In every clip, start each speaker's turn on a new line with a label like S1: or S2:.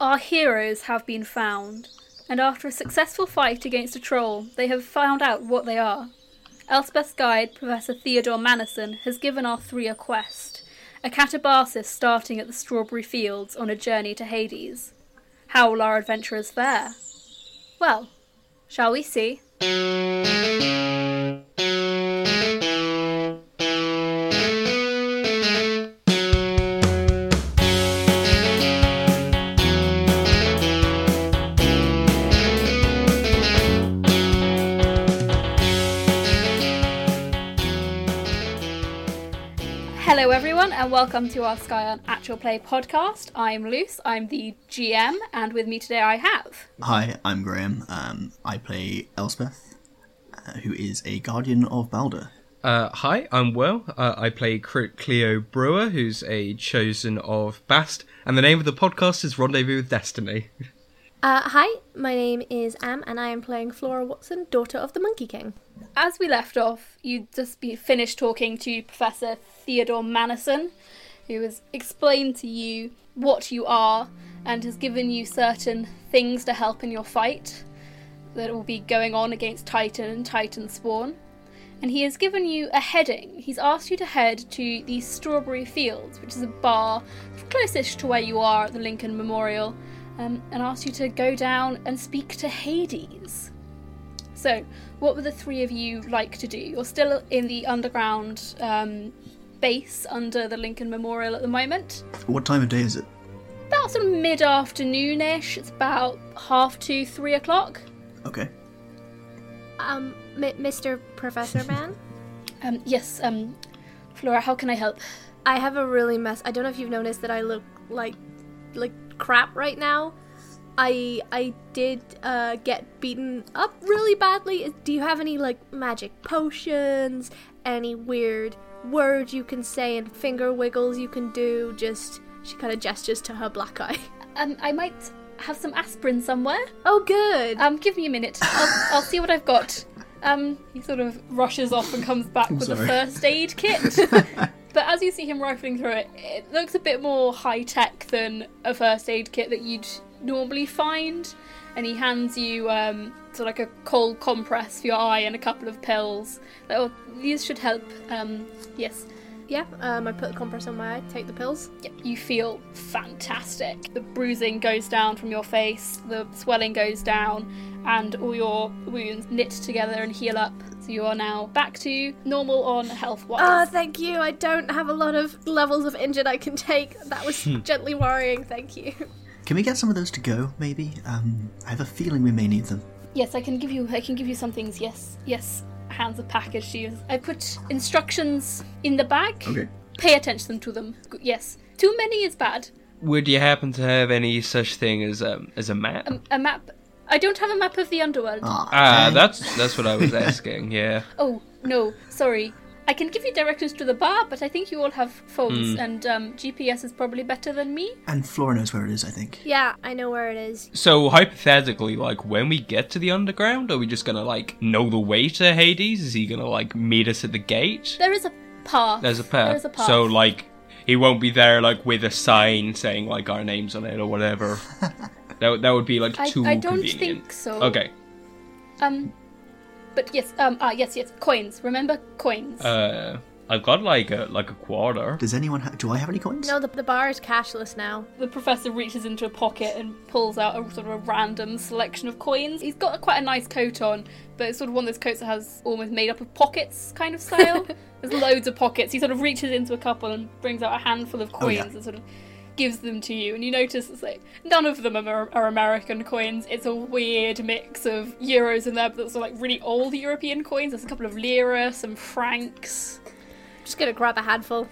S1: Our heroes have been found, and after a successful fight against a troll, they have found out what they are. Elspeth's guide, Professor Theodore Manison, has given our three a quest a catabasis starting at the strawberry fields on a journey to Hades. How will our adventurers fare? Well, shall we see? Hello, everyone, and welcome to our Sky on Actual Play podcast. I'm Luce, I'm the GM, and with me today I have.
S2: Hi, I'm Graham. Um, I play Elspeth, uh, who is a guardian of Balder.
S3: Uh, hi, I'm Will. Uh, I play Cre- Cleo Brewer, who's a chosen of Bast, and the name of the podcast is Rendezvous with Destiny.
S4: Uh, hi, my name is Am, and I am playing Flora Watson, daughter of the Monkey King.
S1: As we left off, you just be finished talking to Professor Theodore Manison, who has explained to you what you are and has given you certain things to help in your fight that will be going on against Titan and Titan Spawn. And he has given you a heading. He's asked you to head to the Strawberry Fields, which is a bar closest to where you are at the Lincoln Memorial, um, and asked you to go down and speak to Hades. So, what would the three of you like to do? You're still in the underground um, base under the Lincoln Memorial at the moment.
S2: What time of day is it?
S1: About sort of mid afternoon ish. It's about half to three o'clock.
S2: Okay.
S4: Um, M- Mr. Professor Man,
S1: Um, yes, um, Flora, how can I help?
S4: I have a really mess. I don't know if you've noticed that I look like like crap right now. I I did uh, get beaten up really badly. Is- Do you have any like magic potions? Any weird words you can say and finger wiggles you can do? Just she kind of gestures to her black eye.
S1: Um, I might have some aspirin somewhere.
S4: Oh, good.
S1: Um, give me a minute. I'll, I'll see what I've got. Um, he sort of rushes off and comes back with a
S2: sorry.
S1: first aid kit. but as you see him rifling through it, it looks a bit more high tech than a first aid kit that you'd normally find. And he hands you um, sort of like a cold compress for your eye and a couple of pills. Like, Oh, these should help. Um, yes,
S4: yeah. Um, I put the compress on my eye. Take the pills.
S1: Yep, you feel fantastic. The bruising goes down from your face, the swelling goes down, and all your wounds knit together and heal up. So you are now back to normal on health
S4: Oh,
S1: wise.
S4: thank you. I don't have a lot of levels of injured I can take. That was
S2: Hmm.
S4: gently worrying. Thank you.
S2: Can we get some of those to go, maybe? Um, I have a feeling we may need them.
S1: yes, I can give you. I can give you some things. Yes, yes. Hands a package to you. I put instructions in the bag. Pay attention to them. G- Yes. Too many is bad.
S3: Would you happen to have any such thing as um, as a map?
S1: A map. I don't have a map of the underworld.
S3: ah,
S2: dang.
S3: that's that's what I was asking. Yeah.
S1: Oh no, sorry. I can give you directions to the bar, but I think you all have phones,
S3: Hmm.
S1: and um, GPS is probably better than me.
S2: And Flora knows where it is, I think.
S4: Yeah, I know where it is.
S3: So hypothetically, like when we get to the underground, are we just gonna like know the way to Hades? Is he gonna like meet us at the gate?
S1: There is a path.
S3: There's a path.
S1: There is a path.
S3: So like he won't be there like with a sign saying like our names on it or whatever. that would- that would be like
S1: I-
S3: too
S1: I don't
S3: convenient.
S1: think so.
S3: Okay.
S1: um, but yes, um, ah, yes, yes, coins. Remember coins.
S3: Uh, I've got like a like a quarter.
S2: Does anyone ha- Do I have any coins?
S4: No, the, the bar is cashless now.
S1: the professor reaches into a pocket and pulls out a sort of a random selection of coins. He's got quite a nice coat on, but it's sort of one of those coats that has almost made up of pockets kind of style. There's loads of pockets. He sort of reaches into a couple and brings out a handful of coins
S2: yeah.
S1: and sort of gives them to you. And you notice it's like none of them are, are American coins. It's a weird mix of euros in there, but also like really old European coins. There's a couple of lira, some francs.
S4: just gonna grab a handful.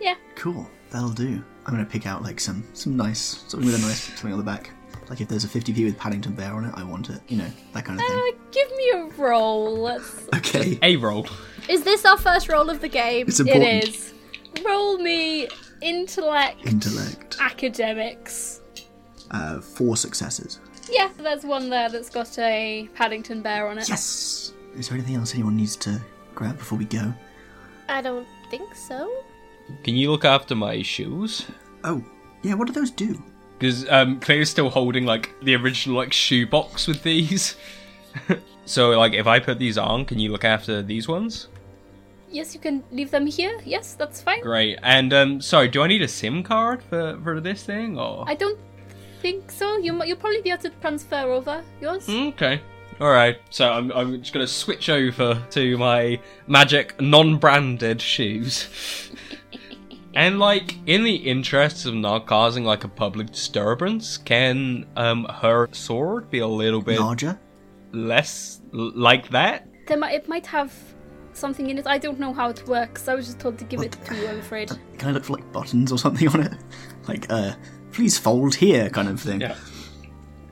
S1: Yeah,
S2: Cool. That'll do. I'm gonna pick out like some some nice something with a nice something on the back. Like if there's a 50p with Paddington Bear on it, I want it. You know that kind of
S1: uh,
S2: thing.
S1: give me a roll. Let's,
S2: Okay.
S3: A roll.
S4: Is this our first roll of the game?
S2: It's
S1: it
S2: important.
S1: is. Roll me intellect.
S2: Intellect.
S1: academics.
S2: Uh, four successes.
S1: Yeah, there's one there that's got a Paddington Bear on it.
S2: Yes. Is there anything else anyone needs to grab before we go?
S4: I don't think so.
S3: Can you look after my shoes?
S2: Oh, yeah. What do those do?
S3: because um, Cleo's still holding like the original like shoe box with these. so like, if I put these on, can you look after these ones?
S1: Yes, you can leave them here. Yes, that's fine.
S3: Great. And um, sorry, do I need a SIM card for for this thing or?
S1: I don't think so. You mu- you'll probably be able to transfer over yours.
S3: Okay. All right. So I'm I'm just gonna switch over to my magic non-branded shoes. And like in the interests of not causing like a public disturbance, can um her sword be a little bit
S2: Larger?
S3: less l- like that?
S1: There might, it might have something in it. I don't know how it works. I was just told to give it to you. I'm afraid.
S2: Can I look for like buttons or something on it? Like, uh, please fold here kind of thing.
S3: Yeah.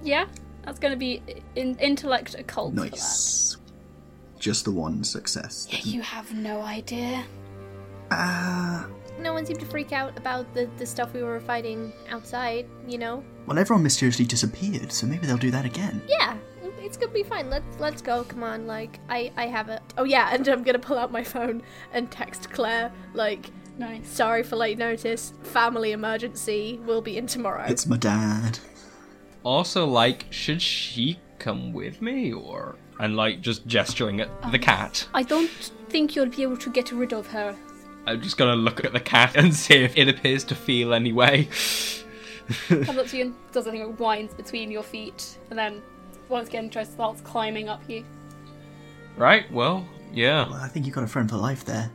S1: Yeah, that's going to be in- intellect occult. for that.
S2: Nice. Just the one success.
S1: You have no idea.
S2: Ah.
S4: No one seemed to freak out about the, the stuff we were fighting outside, you know?
S2: well, everyone mysteriously disappeared, so maybe they'll do that again.
S4: Yeah, it's gonna be fine. Let's let's go. Come on, like I I have it. Oh yeah, and I'm gonna pull out my phone and text Claire like,
S1: Nice.
S4: sorry for late notice, family emergency. We'll be in tomorrow.
S2: It's my dad.
S3: Also, like, should she come with me or? And like just gesturing at the cat.
S1: I don't think you'll be able to get rid of her.
S3: I'm just gonna look at the cat and see if it appears to feel any way.
S1: Comes up to you and does a thing that winds between your feet, and then once again tries starts climbing up you.
S3: Right. Well. Yeah.
S2: Well, I think you got a friend for life there.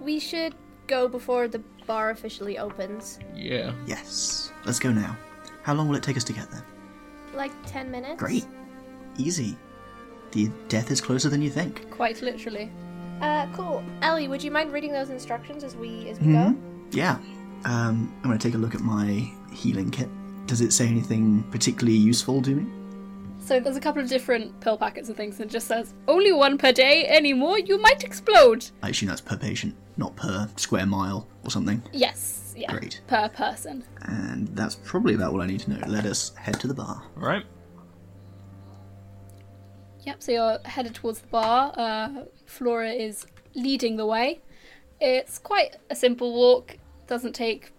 S4: we should go before the bar officially opens.
S3: Yeah.
S2: Yes. Let's go now. How long will it take us to get there?
S4: Like ten minutes.
S2: Great. Easy. The death is closer than you think.
S1: Quite literally.
S4: Uh, cool. Ellie, would you mind reading those instructions as we as we go?
S2: Yeah. Um, I'm going to take a look at my healing kit. Does it say anything particularly useful to me?
S1: So there's a couple of different pill packets and things, and it just says only one per day anymore. You might explode.
S2: I assume that's per patient, not per square mile or something.
S1: Yes. Yeah.
S2: Great.
S1: Per person.
S2: And that's probably about all I need to know. Let us head to the bar.
S3: All right.
S1: Yep, so you're headed towards the bar. Uh, Flora is leading the way. It's quite a simple walk, doesn't take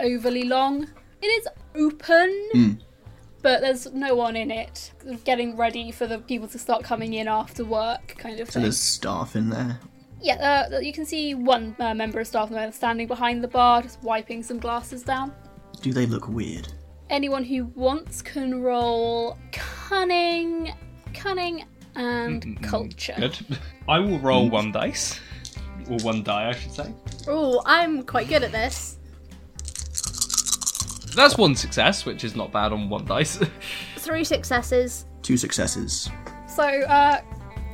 S1: overly long. It is open,
S2: Hmm.
S1: but there's no one in it. Sort of Getting ready for the people to start coming in after work, kind of
S2: So
S1: thing.
S2: there's staff in there.
S1: Yeah, uh, you can see one uh, member of staff there standing behind the bar, just wiping some glasses down.
S2: Do they look weird?
S1: Anyone who wants can roll cunning, cunning, and culture.
S3: Good. I will roll one dice, or one die, I should say.
S4: Oh, I'm quite good at this.
S3: That's one success, which is not bad on one dice.
S4: Three successes.
S2: Two successes.
S1: So, uh,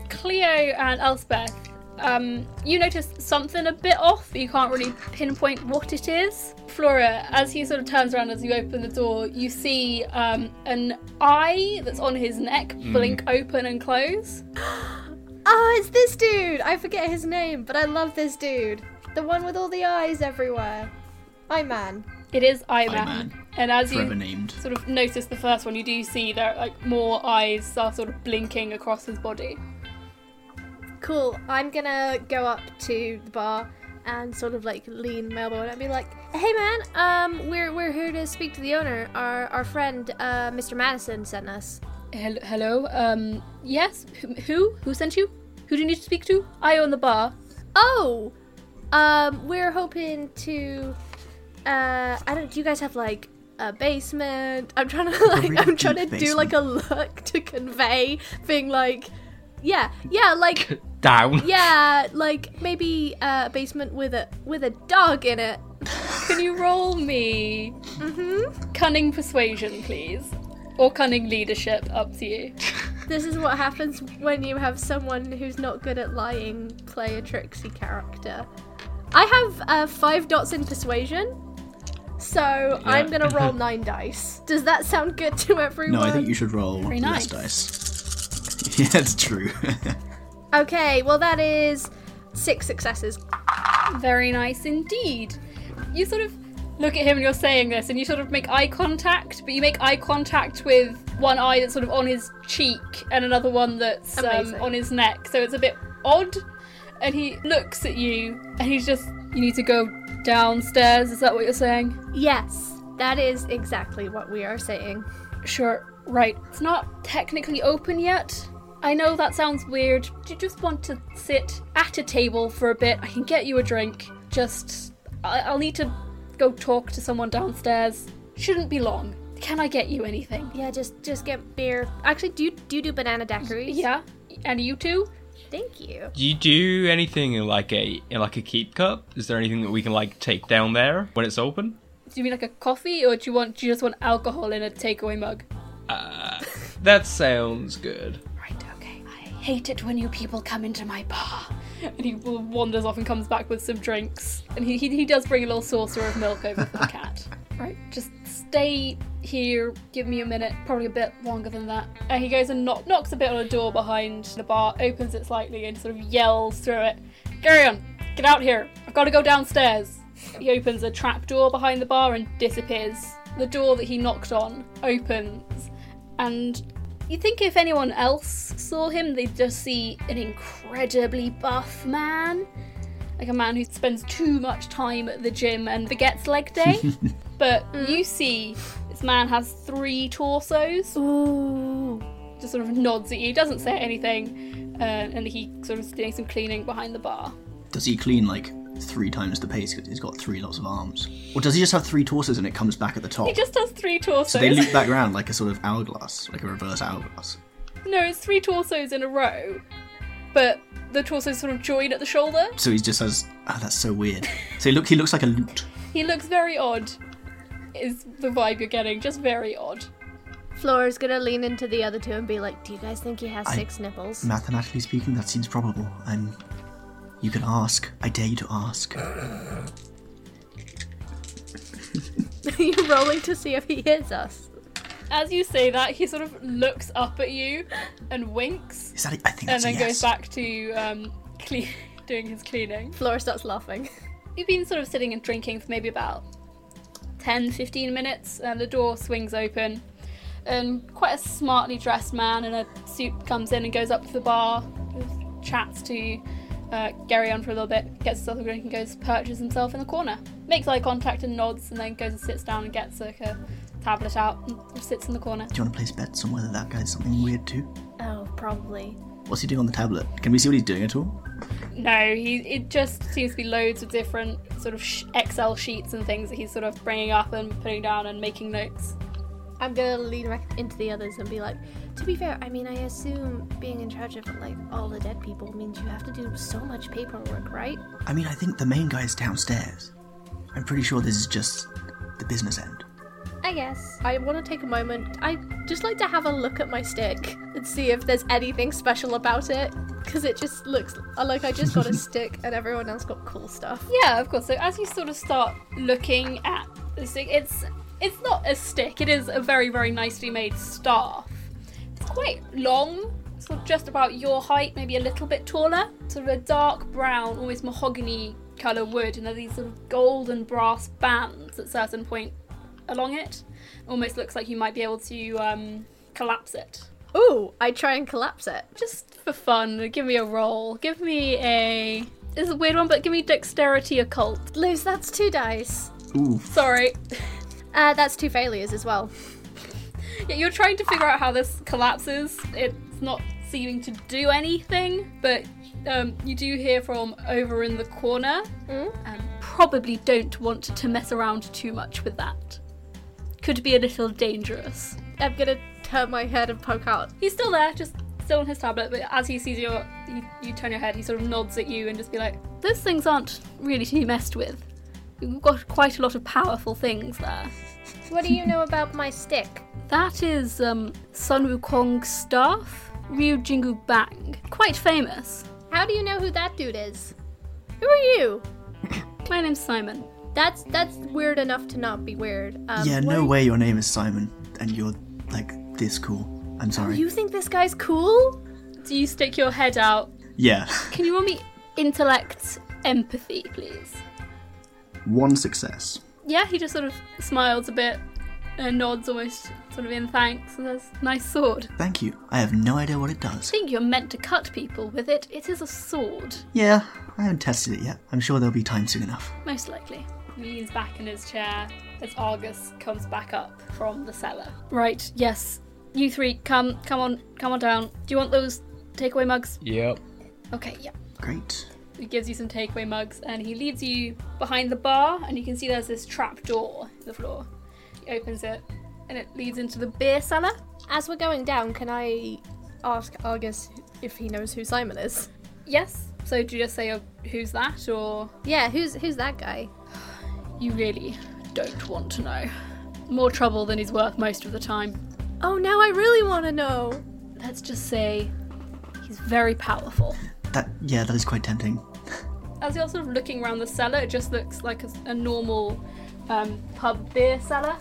S1: Cleo and Elspeth, um, you notice something a bit off, but you can't really pinpoint what it is. Flora, as he sort of turns around as you open the door, you see um, an eye that's on his neck blink open and close.
S4: Oh, it's this dude! I forget his name, but I love this dude. The one with all the eyes everywhere. Eye man.
S1: It is Eye Man.
S2: Man.
S1: And as
S2: Forever
S1: you
S2: named.
S1: sort of notice the first one, you do see that like more eyes are sort of blinking across his body.
S4: Cool. I'm gonna go up to the bar and sort of like lean Melbourne and be like, "Hey, man. Um, we're we're here to speak to the owner. Our our friend, uh, Mr. Madison sent us.
S1: Hel- Hello, um, yes, Wh- who? Who sent you? Who do you need to speak to? I own the bar.
S4: Oh, um, we're hoping to. Uh, I don't. Do you guys have like a basement? I'm trying to like.
S2: really
S4: I'm trying to
S2: deep
S4: do like a look to convey being like, yeah, yeah, like.
S3: Down.
S4: Yeah, like maybe uh, a basement with a with a dog in it.
S1: Can you roll me
S4: hmm
S1: cunning persuasion, please? Or cunning leadership, up to you.
S4: This is what happens when you have someone who's not good at lying play a tricksy character. I have uh, five dots in persuasion, so I'm gonna roll nine dice. Does that sound good to everyone?
S2: No, I think you should roll
S1: Very
S2: less
S1: nice.
S2: dice. yeah, that's true.
S4: Okay, well that is six successes.
S1: Very nice indeed. You sort of look at him and you're saying this, and you sort of make eye contact, but you make eye contact with one eye that's sort of on his cheek and another one that's um,
S4: Amazing.
S1: on his neck, so it's a bit odd. And he looks at you and he's just, you need to go downstairs, is that what you're saying?
S4: Yes. That is exactly what we are saying.
S1: Sure, right. It's not technically open yet. I know that sounds weird. Do you just want to sit at a table for a bit? I can get you a drink. Just, I- I'll need to go talk to someone downstairs. Shouldn't be long. Can I get you anything?
S4: Yeah, just just get beer. Actually, do you do, you do banana daiquiris?
S1: Yeah? And you too?
S4: Thank you.
S3: Do you do anything in like a in like a keep cup? Is there anything that we can like take down there when it's open?
S1: Do you mean like a coffee or do you want do you just want alcohol in a takeaway mug?
S3: That sounds good.
S1: Right, okay. I hate it when you people come into my bar. And he wanders off and comes back with some drinks. And he, he, he does bring a little saucer of milk over for the cat. Right, just stay here, give me a minute, probably a bit longer than that. And he goes and knock, knocks a bit on a door behind the bar, opens it slightly, and sort of yells through it Gary on, get out here, I've got to go downstairs. He opens a trap door behind the bar and disappears. The door that he knocked on opens, and you think if anyone else saw him, they'd just see an incredibly buff man. Like a man who spends too much time at the gym and forgets leg day. but you see this man has three torsos.
S4: Ooh.
S1: Just sort of nods at you, doesn't say anything, uh, and he sort of is doing some cleaning behind the bar.
S2: Does he clean like three times the pace because he's got three lots of arms? Or does he just have three torsos and it comes back at the top?
S1: He just has three torsos.
S2: so they loop back around like a sort of hourglass, like a reverse hourglass.
S1: no, it's three torsos in a row, but the torsos sort of join at the shoulder.
S2: So he just says, "Ah, that's so weird." So he look, he looks like a loot.
S1: He looks very odd, is the vibe you're getting. Just very odd.
S4: Flora's gonna lean into the other two and be like, "Do you guys think he has
S2: I-
S4: six nipples?"
S2: Mathematically speaking, that seems probable. And you can ask. I dare you to ask.
S4: You're rolling to see if he hits us.
S1: As you say that, he sort of looks up at you and winks,
S2: Is that? A, I think
S1: and
S2: that's
S1: then
S2: a
S1: goes
S2: yes.
S1: back to um, cle- doing his cleaning.
S4: Flora starts laughing.
S1: You've been sort of sitting and drinking for maybe about 10, 15 minutes, and the door swings open, and quite a smartly dressed man in a suit comes in and goes up to the bar, chats to uh, Gary on for a little bit, gets himself a drink and goes perches himself in the corner, makes eye contact and nods, and then goes and sits down and gets like a tablet out and sits in the corner.
S2: Do you want to place bets on whether that guy's something weird too?
S4: Oh, probably.
S2: What's he doing on the tablet? Can we see what he's doing at all?
S1: No, he it just seems to be loads of different sort of sh- Excel sheets and things that he's sort of bringing up and putting down and making notes.
S4: I'm gonna lean back into the others and be like, "To be fair, I mean, I assume being in charge of like all the dead people means you have to do so much paperwork, right?"
S2: I mean, I think the main guy is downstairs. I'm pretty sure this is just the business end.
S4: I guess. I want to take a moment. I just like to have a look at my stick and see if there's anything special about it. Because it just looks I- like I just got a stick and everyone else got cool stuff.
S1: Yeah, of course. So as you sort of start looking at the stick, it's it's not a stick. It is a very very nicely made staff. It's quite long, sort of just about your height, maybe a little bit taller. Sort of a dark brown, almost mahogany color wood, and there are these sort of gold and brass bands at certain point along it. Almost looks like you might be able to um, collapse it.
S4: Ooh, I try and collapse it.
S1: Just for fun, give me a roll. Give me a. It's a weird one, but give me dexterity occult.
S4: Lose, that's two dice.
S1: Um,
S2: Ooh,
S1: Sorry.
S4: Uh, that's two failures as well.
S1: Yeah, you're trying to figure out how this collapses. It's not seeming to do anything, but um, you do hear from over in the corner. Um, probably don't want to mess around too much with that. Could be a little dangerous.
S4: I'm gonna turn my head and poke out.
S1: He's still there, just still on his tablet, but as he sees your, you, you turn your head, he sort of nods at you and just be like, those things aren't really to be messed with. You've got quite a lot of powerful things there.
S4: What do you know about my stick?
S1: That is um, Sun Wukong's staff, Ryu Jingu Bang. Quite famous.
S4: How do you know who that dude is? Who are you?
S1: My name's Simon.
S4: That's that's weird enough to not be weird. Um,
S2: yeah,
S4: what
S2: no
S4: are-
S2: way your name is Simon and you're like this cool. I'm sorry.
S4: You think this guy's cool?
S1: Do you stick your head out?
S2: Yeah,
S1: Can you roll me intellect empathy, please?
S2: one success.
S1: Yeah, he just sort of smiles a bit and nods almost sort of in thanks and says, Nice sword. I
S2: Thank you. I have no idea what it does.
S1: think you're meant to cut people with it. It is a sword,
S2: Yeah, I haven't tested it yet. I'm sure there'll be time soon enough.
S1: most likely. He leans back in his chair, as Argus comes back up from the cellar. Right, yes. You three, come, come on, come on down. Do you want those takeaway mugs?
S3: Yep.
S1: Okay, yeah.
S2: Great.
S1: He gives you some takeaway mugs and he leads you behind the bar and you can see there's this trap door in the floor. He opens it and it leads into the beer cellar.
S4: As we're going down, can I ask Argus if he knows who Simon is?
S1: Yes. So do you just say oh, who's that or
S4: Yeah, who's who's that guy?
S1: you really don't want to know. More trouble than he's worth most of the time.
S4: Oh, now I really want to know.
S1: Let's just say he's very powerful.
S2: That yeah, that is quite tempting.
S1: As you're sort of looking around the cellar, it just looks like a, a normal um, pub beer cellar,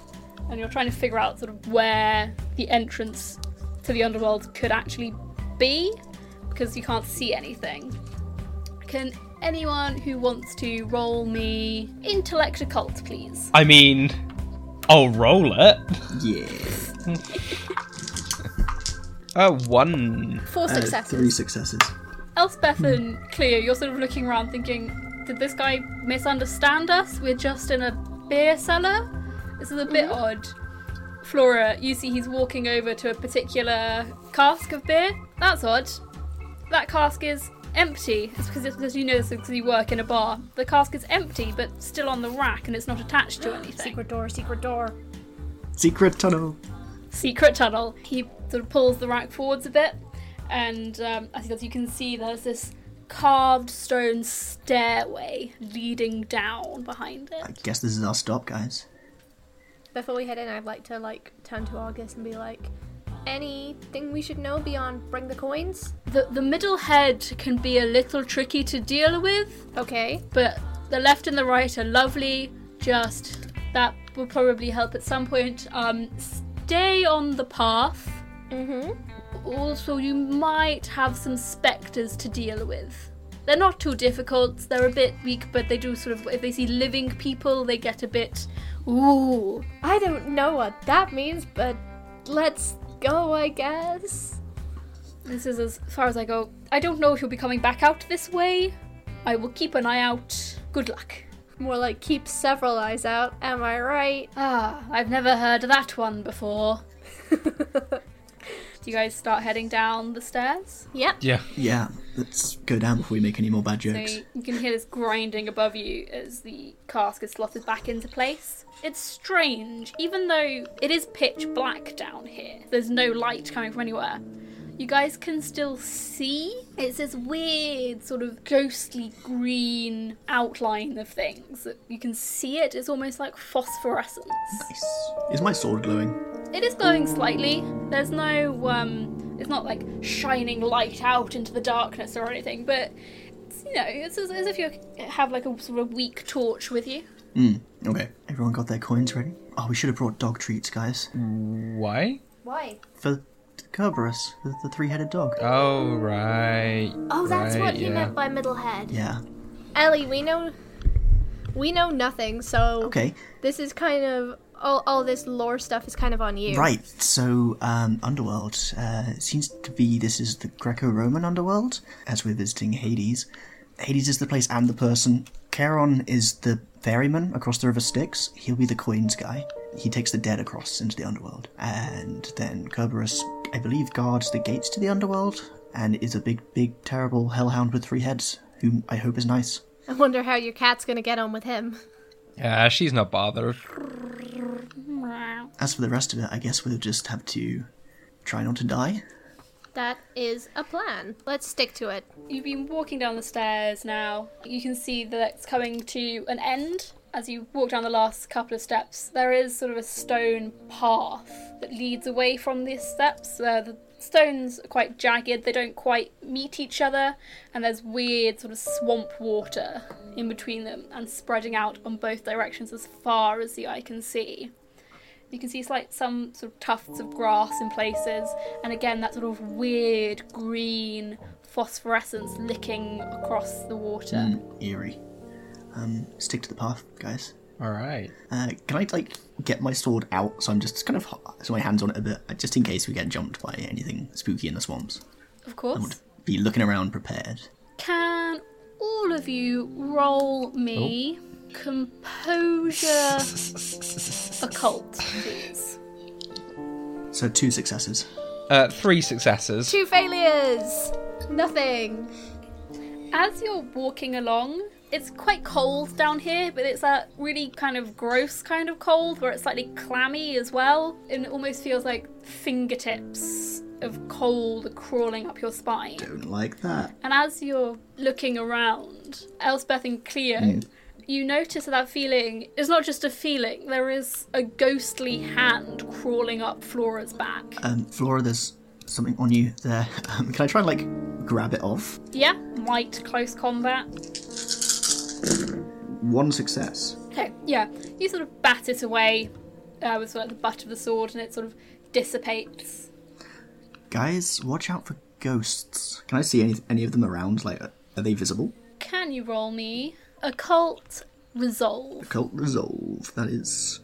S1: and you're trying to figure out sort of where the entrance to the underworld could actually be because you can't see anything. Can anyone who wants to roll me intellect occult, please?
S3: I mean, I'll roll it.
S2: Yeah.
S3: Uh, one.
S4: Four
S2: Uh,
S4: successes.
S2: three successes.
S1: Elspeth and Cleo, you're sort of looking around thinking, did this guy misunderstand us? We're just in a beer cellar? This is a bit odd. Flora, you see he's walking over to a particular cask of beer. That's odd. That cask is empty. It's because, it's because you know this because you work in a bar. The cask is empty, but still on the rack and it's not attached to anything.
S4: Secret door, secret door.
S2: Secret tunnel.
S1: secret tunnel. He sort of pulls the rack forwards a bit, and um, as he does, you can see there's this carved stone stairway leading down behind
S2: I
S1: it.
S2: guess this is our stop, guys.
S4: Before we head in, I'd like to like turn to Argus and be like, anything we should know beyond bring the coins?
S1: The, the middle head can be a little tricky to deal with,
S4: Okay.
S1: but the left and the right are lovely. Just that will probably help at some point. Um, stay on the path.
S4: Mm-hmm.
S1: Also, you might have some spectres to deal with. They're not too difficult. They're a bit weak, but they do sort of. If they see living people, they get a bit. Ooh.
S4: I don't know what that means, but let's go, I guess.
S1: This is as far as I go. I don't know if you'll be coming back out this way. I will keep an eye out. Good luck.
S4: More like keep several eyes out, am I right?
S1: Ah, I've never heard that one before. Do you guys start heading down the stairs?
S4: Yep.
S3: Yeah.
S2: Yeah, let's go down before we make any more bad jokes.
S1: So you can hear this grinding above you as the cask is slotted back into place. It's strange, even though it is pitch black down here, there's no light coming from anywhere. You guys can still see. It's this weird, sort of ghostly green outline of things. You can see it, it's almost like phosphorescence.
S2: Nice. Is my sword glowing?
S1: It is glowing slightly. There's no, um, it's not like shining light out into the darkness or anything, but it's, you know, it's as, as if you have like a sort of weak torch with you.
S2: Hmm, Okay. Everyone got their coins ready? Oh, we should have brought dog treats, guys. Hmm.
S3: Why?
S4: Why?
S2: For Kerberos, the, the three headed dog.
S3: Oh right.
S4: Oh, that's
S3: Right,
S4: what he
S3: yeah.
S4: meant by middle head.
S2: Yeah.
S4: Ellie, we know, we know nothing. So
S2: Okay.
S4: this is kind of all. All this lore stuff is kind of on you.
S2: Right, so um, Underworld uh, it seems to be this is the Greco-Roman Underworld. As we're visiting Hades, Hades is the place and the person. Charon is the ferryman across the river Styx. He'll be the coins guy. He takes the dead across into the underworld, and then Kerberos, I believe, guards the gates to the underworld and is a big, big, terrible hellhound with three heads, whom I hope is nice.
S4: I wonder how your cat's gonna get on with him.
S3: Yeah, she's not bothered.
S2: As for the rest of it, I guess we'll just have to try not to die.
S4: That is a plan. Let's stick to it.
S1: You've been walking down the stairs now. You can see that it's coming to an end. As you walk down the last couple of steps, there is sort of a stone path that leads away from these steps. Uh, the stones are quite jagged, they don't quite meet each other, and there's weird sort of swamp water in between them and spreading out on both directions as far as the eye can see. You can see slight some sort of tufts of grass in places, and again that sort of weird green phosphorescence licking across the water.
S2: Mm. Eerie. Um, stick to the path, guys.
S3: All right.
S2: Uh, can I like get my sword out so I'm just kind of so my hands on it a bit, uh, just in case we get jumped by anything spooky in the swamps.
S1: Of
S2: I want to
S1: course.
S2: be looking around prepared.
S1: Can all of you roll me composure occult, please.
S2: So two successes.
S3: Uh, three successes.
S4: Two failures. Nothing.
S1: As you're walking along, it's quite cold down here, but it's a really kind of gross kind of cold where it's slightly clammy as well, and it almost feels like fingertips of cold crawling up your spine.
S2: Don't like that.
S1: And as you're looking around, Elspeth and Cleo, you notice that that feeling is not just a feeling, there is a ghostly hand crawling up Flora's back.
S2: Um, Flora, there's something on you there. Um, can I try and like grab it off?
S1: Yeah, might close combat.
S2: One success.
S1: Okay, yeah. You sort of bat it away uh, with sort of the butt of the sword and it sort of dissipates.
S2: Guys, watch out for ghosts. Can I see any any of them around? Like, uh, are they visible?
S1: Can you roll me occult resolve?
S2: Occult resolve. That is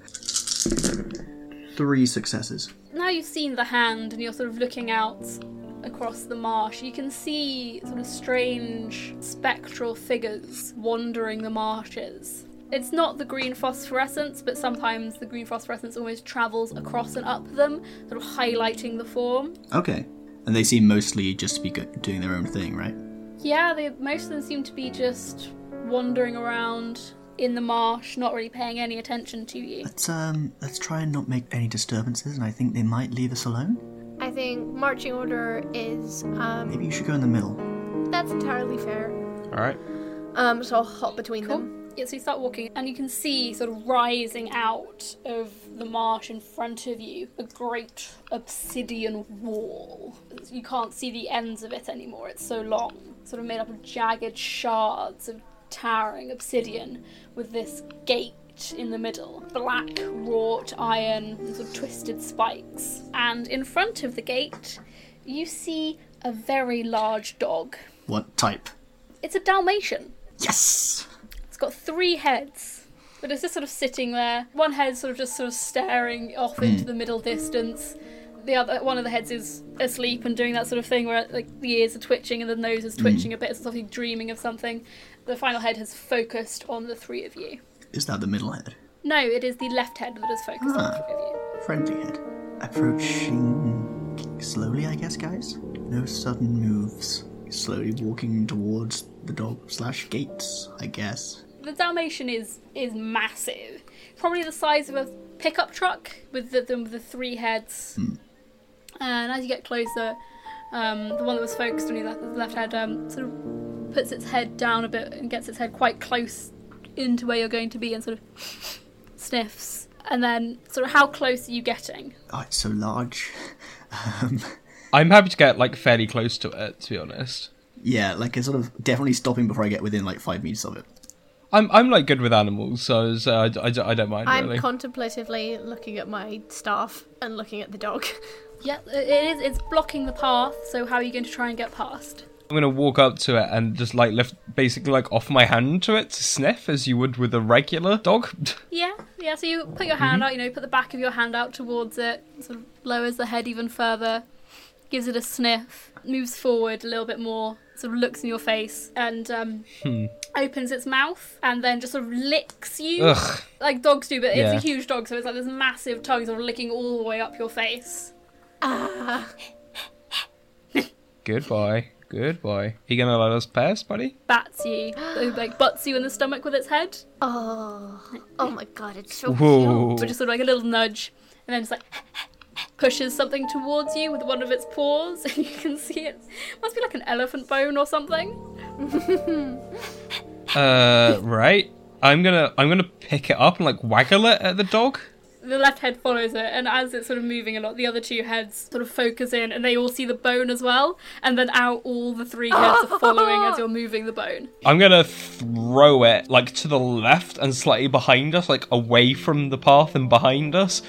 S2: three successes.
S1: Now you've seen the hand and you're sort of looking out across the marsh, you can see sort of strange spectral figures wandering the marshes. It's not the green phosphorescence, but sometimes the green phosphorescence almost travels across and up them, sort of highlighting the form.
S2: Okay. And they seem mostly just to be go- doing their own thing, right?
S1: Yeah, they, most of them seem to be just wandering around in the marsh, not really paying any attention to you.
S2: Let's um, let's try and not make any disturbances, and I think they might leave us alone.
S4: I think marching order is um
S2: Maybe you should go in the middle.
S4: that's entirely fair.
S3: All right.
S4: Um so I'll hop between them.
S1: Yeah, so you start walking, and you can see sort of rising out of the marsh in front of you a great obsidian wall. You can't see the ends of it anymore, it's so long. Sort of made up of jagged shards of towering obsidian with this gate. In the middle, black wrought iron, with sort of twisted spikes, and in front of the gate, you see a very large dog.
S2: What type?
S1: It's a Dalmatian.
S2: Yes.
S1: It's got three heads, but it's just sort of sitting there. One head sort of just sort of staring off into the middle distance. The other one of the heads is asleep and doing that sort of thing where like the ears are twitching and the nose is twitching a bit. It's obviously dreaming of something. The final head has focused on the three of you.
S2: Is that the middle head?
S1: No, it is the left head that is focused on the
S2: Ah.
S1: three of you.
S2: Friendly head. Approaching slowly, I guess, guys. No sudden moves. Slowly walking towards the dog slash gates, I guess.
S1: The Dalmatian is is massive, probably the size of a pickup truck with the, the, with the three heads. And as you get closer, um, the one that was focused on your left, left head um, sort of puts its head down a bit and gets its head quite close into where you're going to be and sort of sniffs. And then, sort of, how close are you getting?
S2: Oh, it's so large. Um,
S3: I'm happy to get like fairly close to it. To be honest,
S2: yeah, like it's sort of definitely stopping before I get within like five meters of it.
S3: I'm I'm like good with animals, so, so I, d- I d- I don't mind
S4: I'm
S3: really.
S4: contemplatively looking at my staff and looking at the dog.
S1: Yeah, it is. It's blocking the path. So, how are you going to try and get past?
S3: I'm gonna walk up to it and just like lift, basically like off my hand to it to sniff as you would with a regular dog.
S1: Yeah, yeah. So you put your
S3: Mm-hmm.
S1: hand out, you know, put the back of your hand out towards it, sort of lowers the head even further, gives it a sniff, moves forward a little bit more, sort of looks in your face, and um,
S3: Hmm.
S1: opens its mouth, and then just sort of licks you
S3: Ugh.
S1: like dogs do. But it's
S3: Yeah.
S1: a huge dog, so it's like this massive tongue sort of licking all the way up your face.
S3: Good boy. Good boy. You gonna let us pass, buddy?
S1: Bats you, so, like butts you in the stomach with its head,
S4: Oh, oh my god, it's so
S3: Whoa.
S1: but just sort of like a little nudge, and then it's like. Pushes something towards you with one of its paws, and you can see it. Must be like an elephant bone or something.
S3: Uh, right. I'm gonna I'm gonna pick it up and like waggle it at the dog.
S1: the left head follows it, and as it's sort of moving a lot, the other two heads sort of focus in, and they all see the bone as well. And then out, all the three heads are following as you're moving the bone.
S3: I'm gonna throw it like to the left and slightly behind us, like away from the path and behind us,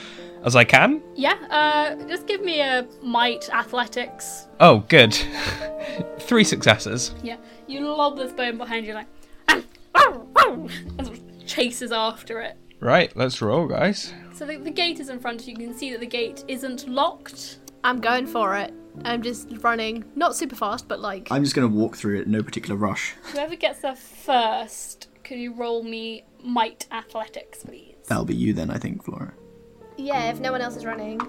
S3: as I can.
S1: Yeah, uh, just give me a might athletics.
S3: Oh, good. Three successes.
S1: Yeah, you lob this bone behind you, like, "Ah, wow, wow," and sort of chases after it.
S3: Right, let's roll, guys.
S1: So the, the gate is in front of you. You can see that the gate isn't locked.
S4: I'm going for it. I'm just running, not super fast, but like
S2: I'm just gonna walk through it, no particular rush.
S1: Whoever gets there first Can you roll me might athletics, please?
S2: That'll be you then, I think, Flora.
S4: Yeah, if no one else is running.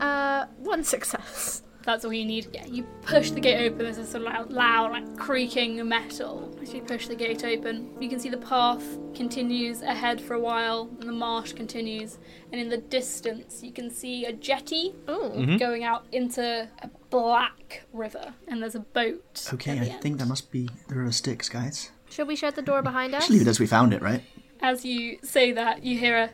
S4: Uh, one success.
S1: That's all you need. Yeah, you push the gate open. There's this sort of loud, loud, like creaking metal. As you push the gate open, you can see the path continues ahead for a while, and the marsh continues. And in the distance, you can see a jetty
S4: Ooh.
S3: Mm-hmm.
S2: Hmm?
S1: going out into a black river, and there's a boat.
S2: Okay,
S1: at
S2: I
S1: the
S2: think
S1: end.
S2: that must be the river Styx, guys.
S4: Should we shut the door behind us?
S2: Just leave it as we found it, right?
S1: As you say that, you hear a.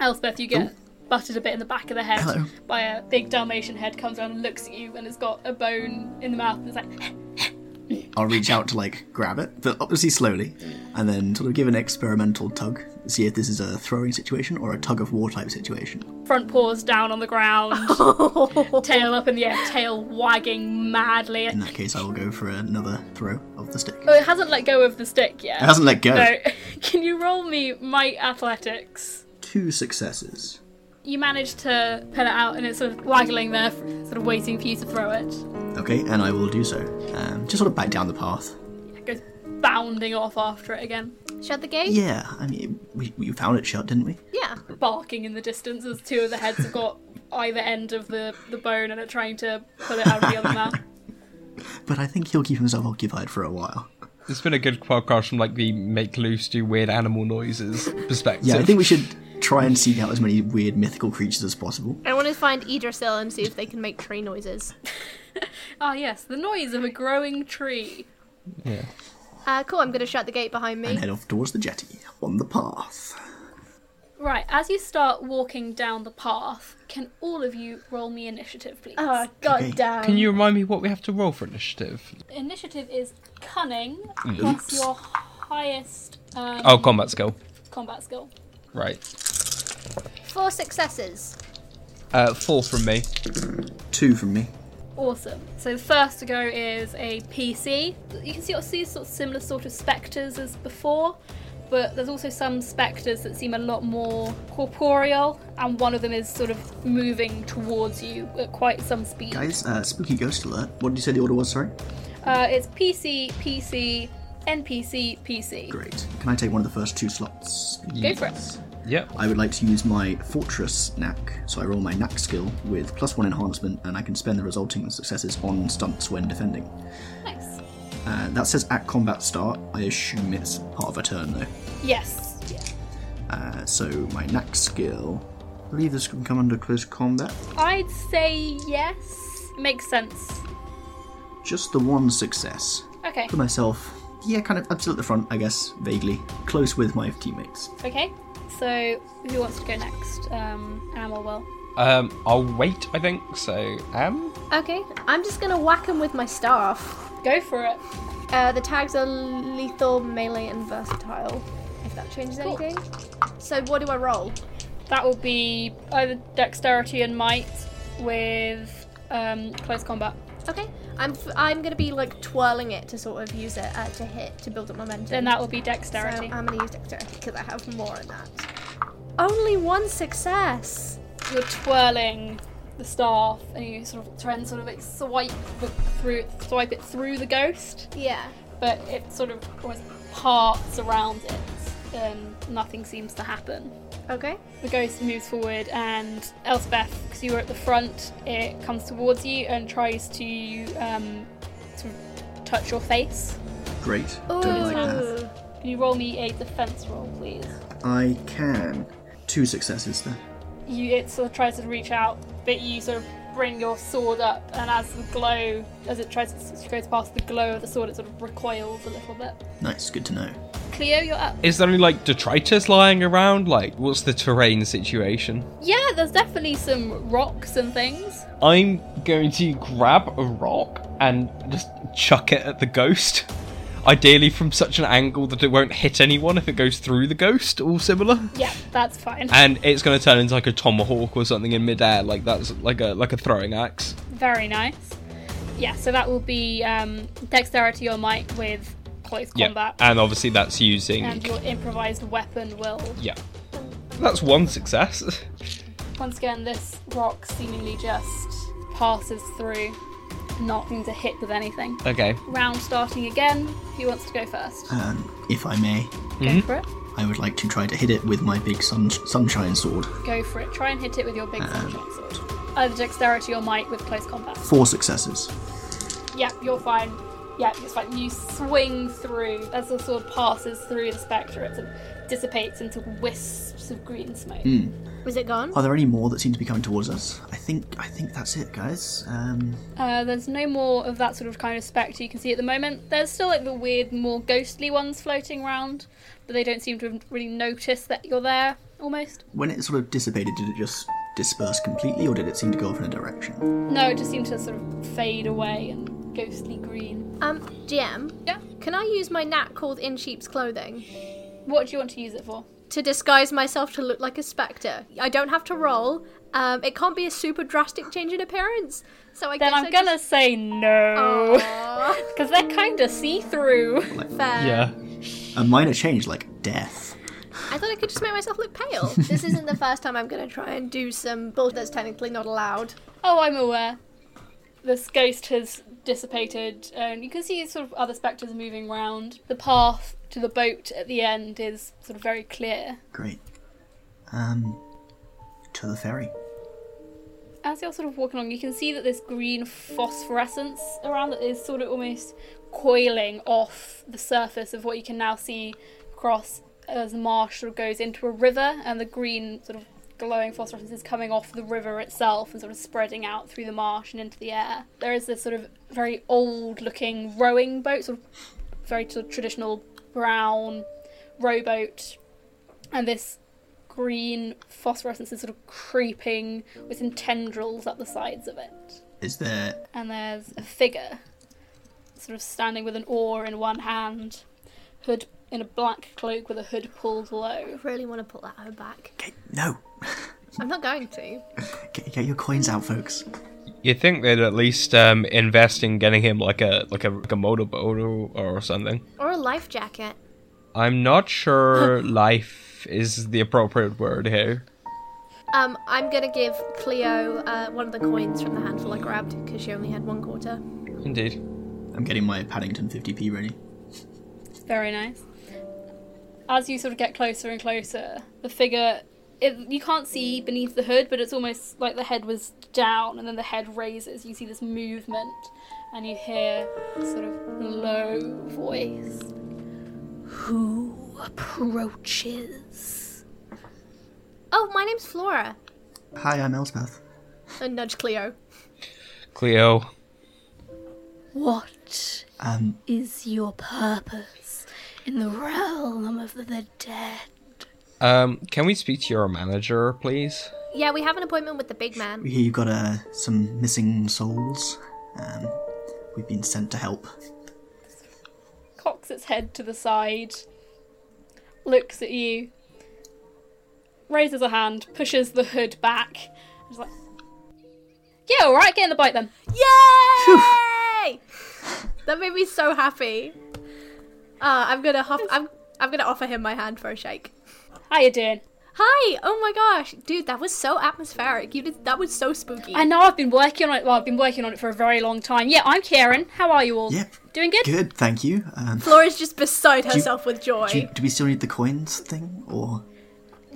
S1: Elspeth, you get butted a bit in the back of the head
S2: Hello.
S1: by a big Dalmatian head comes around and looks at you, and it's got a bone in the mouth, and it's like.
S2: I'll reach out to like grab it, but obviously slowly, and then sort of give an experimental tug, see if this is a throwing situation or a tug of war type situation.
S1: front paws down on the ground, tail up in the air, tail wagging madly.
S2: In that case, I will go for another throw of the stick.
S1: Oh,
S2: It
S1: it hasn't let go of the stick yet.
S2: hasn't let go.
S1: No. Can you roll me my athletics?
S2: Two successes.
S1: You manage to pull it out, and it's sort of waggling there, sort of waiting for you to throw it.
S2: Okay, and I will do so. Um, just sort of back down the path.
S1: It goes bounding off after it again,
S4: Shut the gate?
S2: Yeah, I mean, we, we found it shut, didn't we?
S4: Yeah.
S1: barking in the distance as two of the heads have got either end of the, the bone and are trying to pull it out of the other mouth.
S2: But I think he'll keep himself occupied for a while.
S3: It's been a good podcast from like the make loose do weird animal noises perspective.
S2: Yeah, I think we should try and seek out as many weird mythical creatures as possible.
S4: I want to find Yggdrasil and see if they can make tree noises.
S1: Ah, yes, the noise of a growing tree.
S3: Yeah.
S4: Uh, cool, I'm gonna shut the gate behind
S2: And
S4: me.
S2: head off towards the jetty on the path.
S1: Right, as you start walking down the path, can all of you roll me initiative, please?
S4: Oh, god
S2: Okay.
S4: damn.
S3: Can you remind me what we have to roll for initiative?
S1: Initiative is cunning plus
S2: Oops.
S1: your highest um,
S3: Oh, combat skill.
S1: combat skill.
S3: Right.
S4: Four successes.
S3: Uh, four from me.
S2: Two from me.
S1: Awesome. So the first to go is a PC. You can see you'll see sort of similar sort of spectres as before, but there's also some spectres that seem a lot more corporeal, and one of them is sort of moving towards you at quite some speed.
S2: Guys, uh, spooky ghost alert. What did you say the order was? Sorry.
S1: Uh, it's PC, PC, NPC, PC.
S2: Great. Can I take one of the first two slots?
S1: Go for it.
S3: Yep.
S2: I would like to use my fortress knack, so I roll my knack skill with plus one enhancement, and I can spend the resulting successes on stunts when defending.
S1: Nice.
S2: Uh, that says at combat start. I assume it's part of a turn though.
S1: Yes.
S2: Uh, so my knack skill. I believe this can come under close combat.
S1: I'd say yes. Makes sense.
S2: Just the one success.
S1: Okay.
S2: For myself, yeah, kind of. I'm still at the front, I guess, vaguely. Close with my teammates.
S1: Okay. So who wants to go next? Um, Animal will.
S3: Um, I'll wait. I think so. Am.
S4: Okay, I'm just gonna whack him with my staff.
S1: Go for it.
S4: Uh, the tags are lethal, melee, and versatile. If that changes
S1: Cool.
S4: anything. So what do I roll?
S1: That will be either dexterity and might with um, close combat.
S4: Okay, I'm f- I'm gonna be like twirling it to sort of use it uh, to hit to build up momentum.
S1: Then that will be
S4: So
S1: dexterity.
S4: I'm gonna use dexterity because I have more in that. Only one success.
S1: You're twirling the staff and you sort of try and sort of like swipe the, through swipe it through the ghost,
S4: Yeah.
S1: but it sort of almost parts around it um, and nothing seems to happen.
S4: Okay.
S1: The ghost moves forward, and Elspeth, because you were at the front, it comes towards you and tries to um, sort of touch your face.
S2: Great.
S4: Oh,
S2: Don't like that.
S4: Ooh.
S1: Can you roll me a defense roll, please?
S2: I can. Two successes there.
S1: You, it sort of tries to reach out, but you sort of bring your sword up, and as the glow, as it tries to it goes past the glow of the sword, it sort of recoils a little bit.
S2: Nice. Good to know.
S1: Cleo, you're up.
S3: Is there any like detritus lying around? Like, what's the terrain situation?
S1: Yeah, there's definitely some rocks and things.
S3: I'm going to grab a rock and just chuck it at the ghost. Ideally, from such an angle that it won't hit anyone if it goes through the ghost or similar.
S1: Yeah, that's fine.
S3: And it's going to turn into like a tomahawk or something in midair, like that's like a like a throwing axe.
S1: Very nice. Yeah, so that will be um, dexterity or might with close combat.
S3: Yeah, and obviously that's using.
S1: And your improvised weapon will.
S3: yeah, that's one success.
S1: Once again, this rock seemingly just passes through. not going to hit with anything.
S3: Okay.
S1: Round starting again. Who wants to go first?
S2: Um, if I may,
S1: Go for it.
S2: I would like to try to hit it with my big sun- sunshine sword.
S1: Go for it. Try and hit it with your big sunshot sword. Either dexterity or might with close combat.
S2: Four successes.
S1: Yep, you're fine. Yep, it's fine. You swing through as the sword passes through the spectre. It sort of dissipates into wisps of green smoke.
S4: Is it gone?
S2: Are there any more that seem to be coming towards us? I think I think that's it, guys. Um,
S1: Uh, there's no more of that sort of kind of spectre you can see at the moment. There's still like the weird, more ghostly ones floating around, but they don't seem to have really notice that you're there. Almost.
S2: when it sort of dissipated, did it just disperse completely, or did it seem to go off in a direction?
S1: No, it just seemed to sort of fade away and ghostly green.
S4: Um, GM,
S1: Yeah.
S4: can I use my gnat called In Sheep's Clothing
S1: What do you want to use it for?
S4: to disguise myself to look like a spectre? I don't have to roll. Um, it can't be a super drastic change in appearance. So I
S1: Then
S4: guess
S1: I'm
S4: I
S1: gonna
S4: just-
S1: say no.
S4: Aw,
S1: Because they're kind of see through.
S4: fair.
S3: Yeah.
S2: A minor change, like death.
S4: I thought I could just make myself look pale. this isn't the first time I'm gonna try and do some bullshit that's technically not allowed.
S1: Oh, I'm aware. This ghost has dissipated, and you can see sort of other spectres moving round. The path to the boat at the end is sort of very clear.
S2: Great. Um, to the ferry.
S1: As you're sort of walking along, you can see that this green phosphorescence around it is sort of almost coiling off the surface of what you can now see across as the marsh sort of goes into a river, and the green sort of glowing phosphorescence is coming off the river itself and sort of spreading out through the marsh and into the air. There is this sort of very old looking rowing boat, sort of very sort of traditional brown rowboat, and this green phosphorescence is sort of creeping with some tendrils up the sides of it.
S2: Is there?
S1: And there's a figure sort of standing with an oar in one hand, hood in a black cloak with a hood pulled low.
S4: Really want to put that hoe back.
S2: Okay, no.
S4: I'm not going to.
S2: Get, get your coins out, folks.
S3: You think they'd at least um, invest in getting him like a like a, like a motorboat or, or something?
S4: Or a life jacket.
S3: I'm not sure life is the appropriate word here.
S4: Um, I'm gonna give Cleo uh, one of the coins from the handful I grabbed because she only had one quarter.
S3: Indeed.
S2: I'm getting my Paddington 50p ready.
S1: It's very nice. As you sort of get closer and closer, the figure. It, you can't see beneath the hood, but it's almost like the head was down and then the head raises. You see this movement and you hear a sort of low voice. Who approaches?
S4: Oh, my name's Flora.
S2: Hi, I'm Elspeth.
S4: And nudge Cleo.
S3: Cleo.
S1: What
S2: Um,
S1: is your purpose in the realm of the dead?
S3: Um, can we speak to your manager, please?
S4: Yeah, we have an appointment with the big man.
S2: we hear you've got uh, some missing souls. Um, we've been sent to help.
S1: Cocks its head to the side, looks at you, raises a hand, pushes the hood back. and is like, yeah, alright, get in the bike then.
S4: Yay! that made me so happy. Uh, I'm gonna hop. I'm I'm gonna offer him my hand for a shake.
S1: How you doing?
S4: Hi! Oh my gosh, dude, that was so atmospheric. You did that was so spooky.
S1: I know I've been working on it, well, I've been working on it for a very long time. Yeah, I'm Karen. How are you all?
S2: Yep.
S1: Doing good?
S2: Good, thank you. Um,
S4: Flora's just beside herself with joy.
S2: do, do we still need the coins thing, or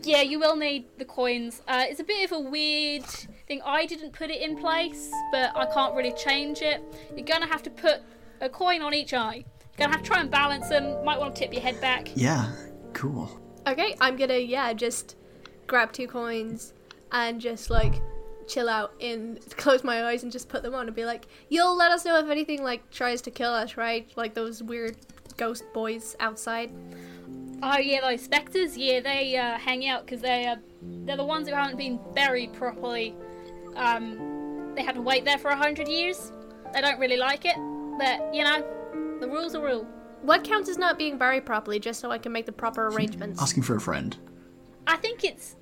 S1: Yeah, you will need the coins. Uh, it's a bit of a weird thing. I didn't put it in place, but I can't really change it. You're gonna have to put a coin on each eye. You're gonna have to try and balance them. Might want to tip your head back.
S2: yeah, cool.
S4: Okay, I'm gonna yeah, just grab two coins and just like chill out and close my eyes and just put them on and be like, "You'll let us know if anything like tries to kill us, right? Like those weird ghost boys outside."
S1: Oh yeah, those specters. Yeah, they uh, hang out because they uh, they're the ones who haven't been buried properly. Um, they had to wait there for a hundred years. They don't really like it, but you know, the rules are rule.
S4: What counts as not being buried properly? Just so I can make the proper arrangements.
S2: Asking for a friend.
S1: I think it's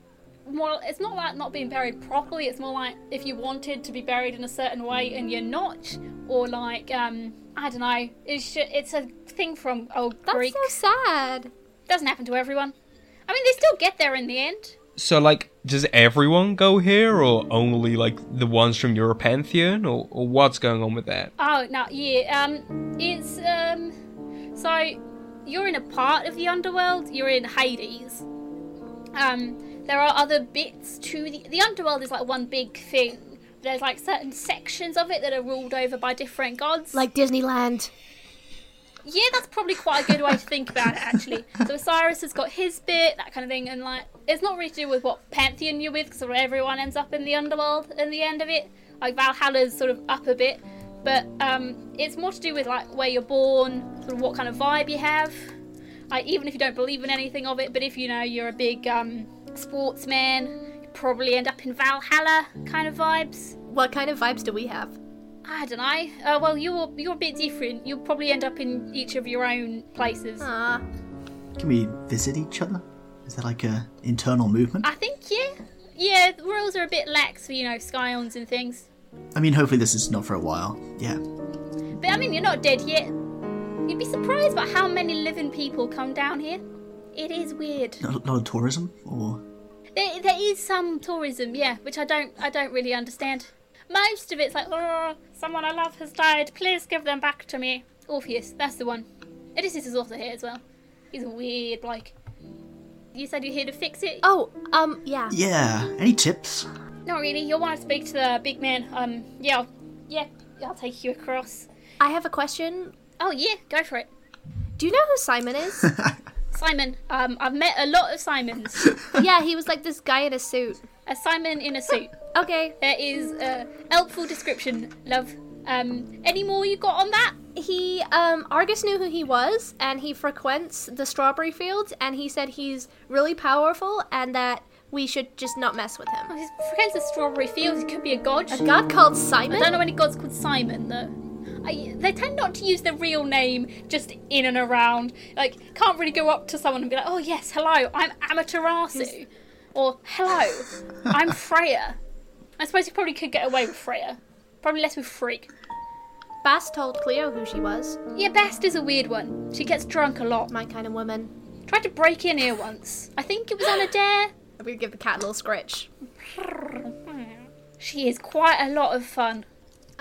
S1: more. It's not like not being buried properly. It's more like if you wanted to be buried in a certain way and you're not, or like um, I don't know. It's ju- it's a thing from old
S4: That's
S1: Greek.
S4: so sad.
S1: Doesn't happen to everyone. I mean, they still get there in the end.
S3: So, like, does everyone go here, or only like the ones from your pantheon, or, or what's going on with that?
S1: Oh no, yeah. Um, it's um, so you're in a part of the underworld. You're in Hades. Um, there are other bits to the the underworld is like one big thing. There's like certain sections of it that are ruled over by different gods.
S4: Like Disneyland.
S1: yeah, that's probably quite a good way to think about it actually. So Osiris has got his bit, that kind of thing, and like it's not really to do with what pantheon you're with, because everyone ends up in the underworld in the end of it. Like Valhalla's sort of up a bit, but um, it's more to do with like where you're born, sort of what kind of vibe you have. Like even if you don't believe in anything of it, but if you know you're a big um, sportsman, you probably end up in Valhalla kind of vibes.
S4: What kind of vibes do we have?
S1: I don't know. Uh, well, you're you're a bit different. You'll probably end up in each of your own places.
S4: Ah,
S2: Can we visit each other? Is there like a internal movement?
S1: I think yeah, yeah. The rules are a bit lax for you know scions and things.
S2: I mean, hopefully this is not for a while. Yeah.
S1: But I mean, you're not dead yet. You'd be surprised by how many living people come down here. It is weird.
S2: Not a lot of tourism, or
S1: There, there is some tourism, yeah, which I don't I don't really understand. Most of it's like, oh, someone I love has died. Please give them back to me. Orpheus, that's the one. Odysseus is also here as well. He's a weird bloke. You said you're here to fix it.
S4: oh, um, yeah.
S2: yeah. Any tips?
S1: Not really. You'll want to speak to the big man. Um, yeah, I'll, yeah, I'll take you across.
S4: I have a question.
S1: Oh yeah, go for it,
S4: Do you know who Simon is?
S1: Simon. Um, I've met a lot of Simons.
S4: yeah, he was like this guy in a suit.
S1: a Simon in a suit.
S4: Okay.
S1: There is a helpful description, love. Um, any more you got on that?
S4: He, um, Argus knew who he was, and he frequents the strawberry fields, and he said he's really powerful and that we should just not mess with him.
S1: Oh, His friends are strawberry fields. He could be a god.
S4: A god called
S1: I
S4: Simon?
S1: don't know any gods called Simon though. I, they tend not to use their real name just in and around. Like, can't really go up to someone and be like, "Oh yes, hello, I'm Amaterasu," or "Hello, I'm Freya." I suppose you probably could get away with Freya. Probably less with Freak.
S4: Bass told Cleo who she was.
S1: Yeah, Bast is a weird one. She gets drunk a lot.
S4: My kind of woman.
S1: Tried to break in here once. I think it was on a dare.
S4: I'm gonna give the cat a little scritch.
S1: She is quite a lot of fun.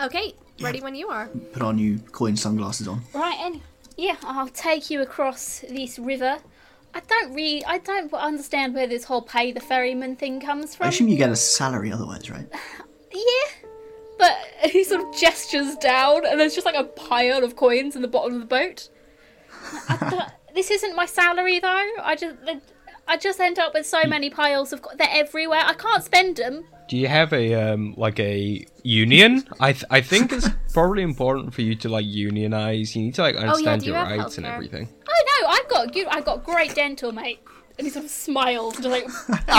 S4: Okay, ready when you are.
S2: Put our new coin sunglasses on.
S1: Right, and yeah, I'll take you across this river. I don't really, I don't understand where this whole pay the ferryman thing comes
S2: I
S1: from.
S2: assume you get a salary otherwise, right?
S1: Yeah, but he sort of gestures down, and there's just like a pile of coins in the bottom of the boat. I don't- this isn't my salary though. I just, I just end up with so many piles of. co- They're everywhere. I can't spend them.
S3: Do you have a um like a union? I th- I think it's probably important for you to like unionize. You need to like understand
S4: Oh, do
S3: your
S4: you have
S3: rights and
S4: healthcare?
S3: everything.
S1: Oh no, I've got good. I've got great dental, mate. And he sort of smiles, just like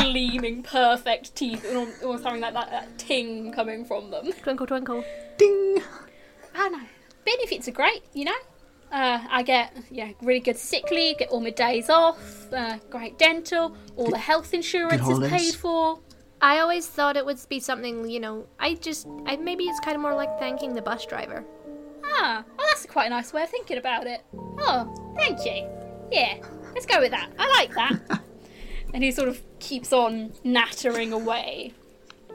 S1: gleaming, perfect teeth, and al- almost having that, that that ting coming from them.
S4: Twinkle, twinkle.
S2: Ding.
S1: Oh no, benefits are great, you know. Uh, I get yeah really good sick leave, get all my days off, uh, great dental, all the health insurance is
S2: holidays.
S1: paid for.
S4: I always thought it would be something, you know, I just, I, maybe it's kind of more like thanking the bus driver.
S1: Ah, well that's quite a nice way of thinking about it. Oh, thank you. Yeah, let's go with that. I like that. and he sort of keeps on nattering away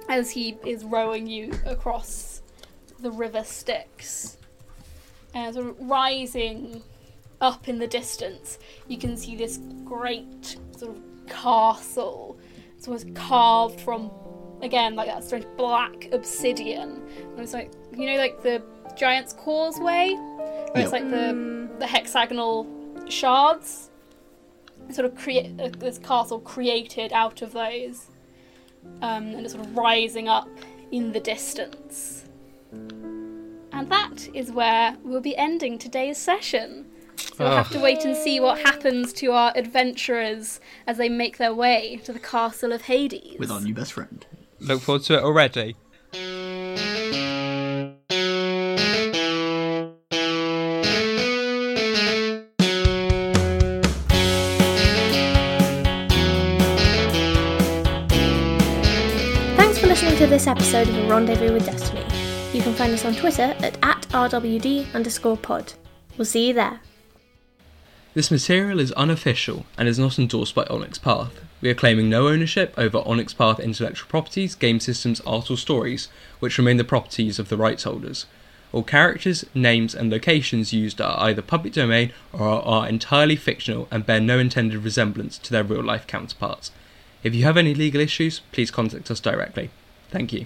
S1: as he is rowing you across the river Styx. And sort of rising up in the distance, you can see this great sort of castle. It's almost carved from, again, like that strange black obsidian. And it's like, you know, like the Giant's Causeway? Where
S2: Yep.
S1: it's like the, the hexagonal shards? Sort of create uh, this castle created out of those. Um, and it's sort of rising up in the distance. And that is where we'll be ending today's session. So
S2: Ah.
S1: we'll have to wait and see what happens to our adventurers as they make their way to the castle of Hades.
S2: With our new best friend.
S3: Look forward to it already.
S5: Thanks for listening to this episode of A Rendezvous with Destiny. You can find us on Twitter at, at RWD underscore pod. We'll see you there.
S3: This material is unofficial and is not endorsed by Onyx Path. We are claiming no ownership over Onyx Path intellectual properties, game systems, art, or stories, which remain the properties of the rights holders. All characters, names, and locations used are either public domain or are entirely fictional and bear no intended resemblance to their real life counterparts. If you have any legal issues, please contact us directly. Thank you.